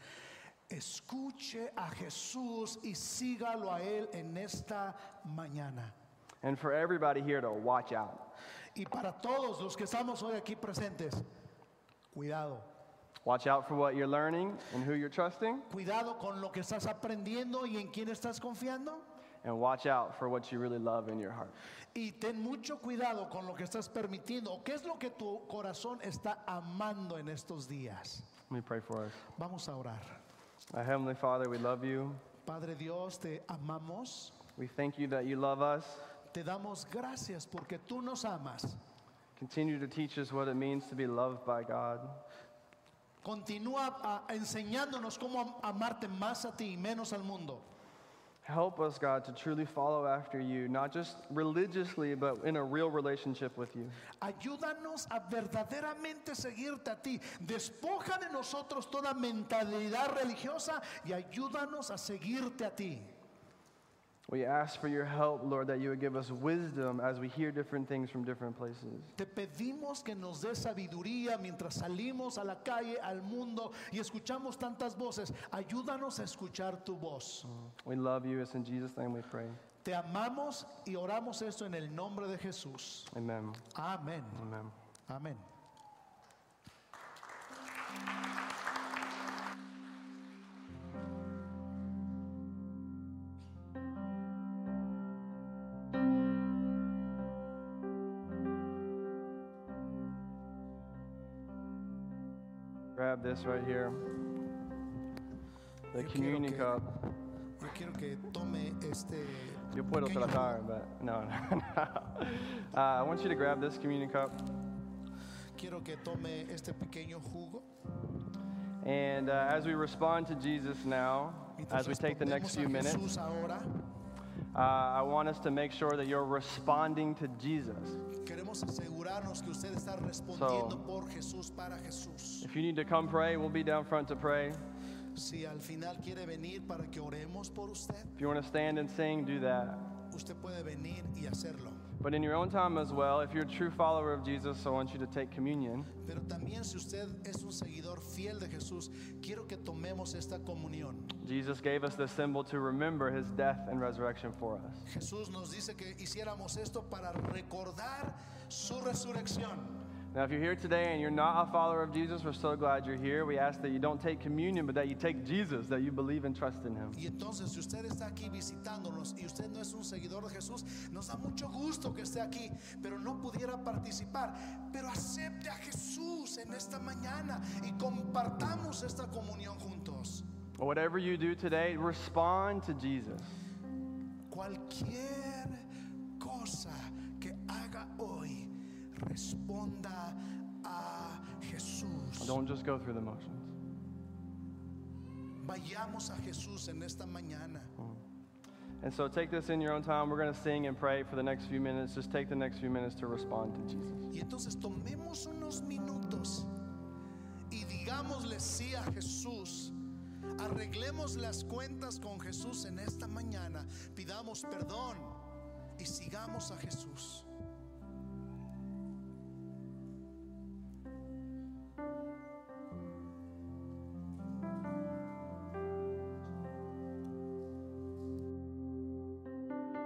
Speaker 2: escuche a Jesús y sígalo a Él en esta mañana.
Speaker 1: And for everybody here to watch out.
Speaker 2: Y para todos los que estamos hoy aquí presentes, cuidado.
Speaker 1: Watch out for what you're learning and who you're trusting,
Speaker 2: Cuidado con lo que estás aprendiendo y en quién estás confiando.
Speaker 1: and watch out for what you really love in your heart.
Speaker 2: Y ten mucho cuidado con lo que estás permitiendo o qué es lo que tu corazón está amando en estos días.
Speaker 1: Let me pray for us.
Speaker 2: Vamos a orar.
Speaker 1: Our Heavenly Father, we love you.
Speaker 2: Padre Dios, te amamos.
Speaker 1: We thank you that you love us.
Speaker 2: Te damos gracias porque tú nos amas.
Speaker 1: Continue to teach us what it means to be loved by God.
Speaker 2: Continúa ah, enseñándonos cómo am- amarte más a ti y menos al mundo.
Speaker 1: Help us, God, to truly follow after you, not just religiously, but in a real relationship with you.
Speaker 2: Ayúdanos a verdaderamente seguirte a ti. Despoja de nosotros toda mentalidad religiosa y ayúdanos a seguirte a ti.
Speaker 1: We ask for your help, Lord, that you would give us wisdom as we hear different things from different places.
Speaker 2: Te pedimos que nos des sabiduría mientras salimos a la calle, al mundo y escuchamos tantas voces. Ayúdanos a escuchar tu voz.
Speaker 1: We love you. It's in Jesus' name we pray.
Speaker 2: Te amamos y oramos esto en el nombre de Jesús.
Speaker 1: Amen.
Speaker 2: Amén.
Speaker 1: Amen.
Speaker 2: Amén.
Speaker 1: Grab this right here the
Speaker 2: quiero
Speaker 1: communion
Speaker 2: que-
Speaker 1: cup.
Speaker 2: Yo quiero que tome este.
Speaker 1: Yo puedo
Speaker 2: pequeño-
Speaker 1: tratar, but no, no, [LAUGHS] no. Uh, I want you to grab this communion cup.
Speaker 2: Quiero que tome este pequeño jugo.
Speaker 1: And uh, as we respond to Jesus now,
Speaker 2: Mientras
Speaker 1: as we take the next few
Speaker 2: respondemos a
Speaker 1: minutes,
Speaker 2: Jesús ahora,
Speaker 1: uh, I want us to make sure that you're responding to Jesus.
Speaker 2: queremos asegurarnos que usted está respondiendo por Jesús para Jesús.
Speaker 1: If you need to come pray, we'll be down front to pray.
Speaker 2: Si al final quiere venir para que oremos por usted,
Speaker 1: If you want to stand and sing, do that.
Speaker 2: usted puede venir y hacerlo.
Speaker 1: But in your own time as well, if you're a true follower of Jesus, I want you to take communion.
Speaker 2: Pero también si usted es un seguidor fiel de Jesús, quiero que tomemos esta comunión.
Speaker 1: Jesus gave us this symbol to remember his death and resurrection for us.
Speaker 2: Jesús nos dice que hiciéramos esto para recordar su resurrección.
Speaker 1: Now, if you're here today and you're not a follower of Jesus, we're so glad you're here. We ask that you don't take communion, but that you take Jesus, that you believe and trust in him.
Speaker 2: Y entonces, si usted está aquí visitándonos y usted no es un seguidor de Jesús, nos da mucho gusto que esté aquí, pero no pudiera participar. Pero acepte a Jesús en esta mañana y compartamos esta comunión juntos.
Speaker 1: Whatever you do today, respond to Jesus.
Speaker 2: Cualquier cosa que haga hoy, responda a Jesús.
Speaker 1: Don't just go through the motions.
Speaker 2: Vayamos a Jesús en esta mañana.
Speaker 1: And so take this in your own time. We're going to sing and pray for the next few minutes. Just take the next few minutes to respond to Jesus.
Speaker 2: Y entonces tomemos unos minutos y digámosle sí a Jesús. Arreglemos las cuentas con Jesús en esta mañana. Pidamos perdón y sigamos a Jesús.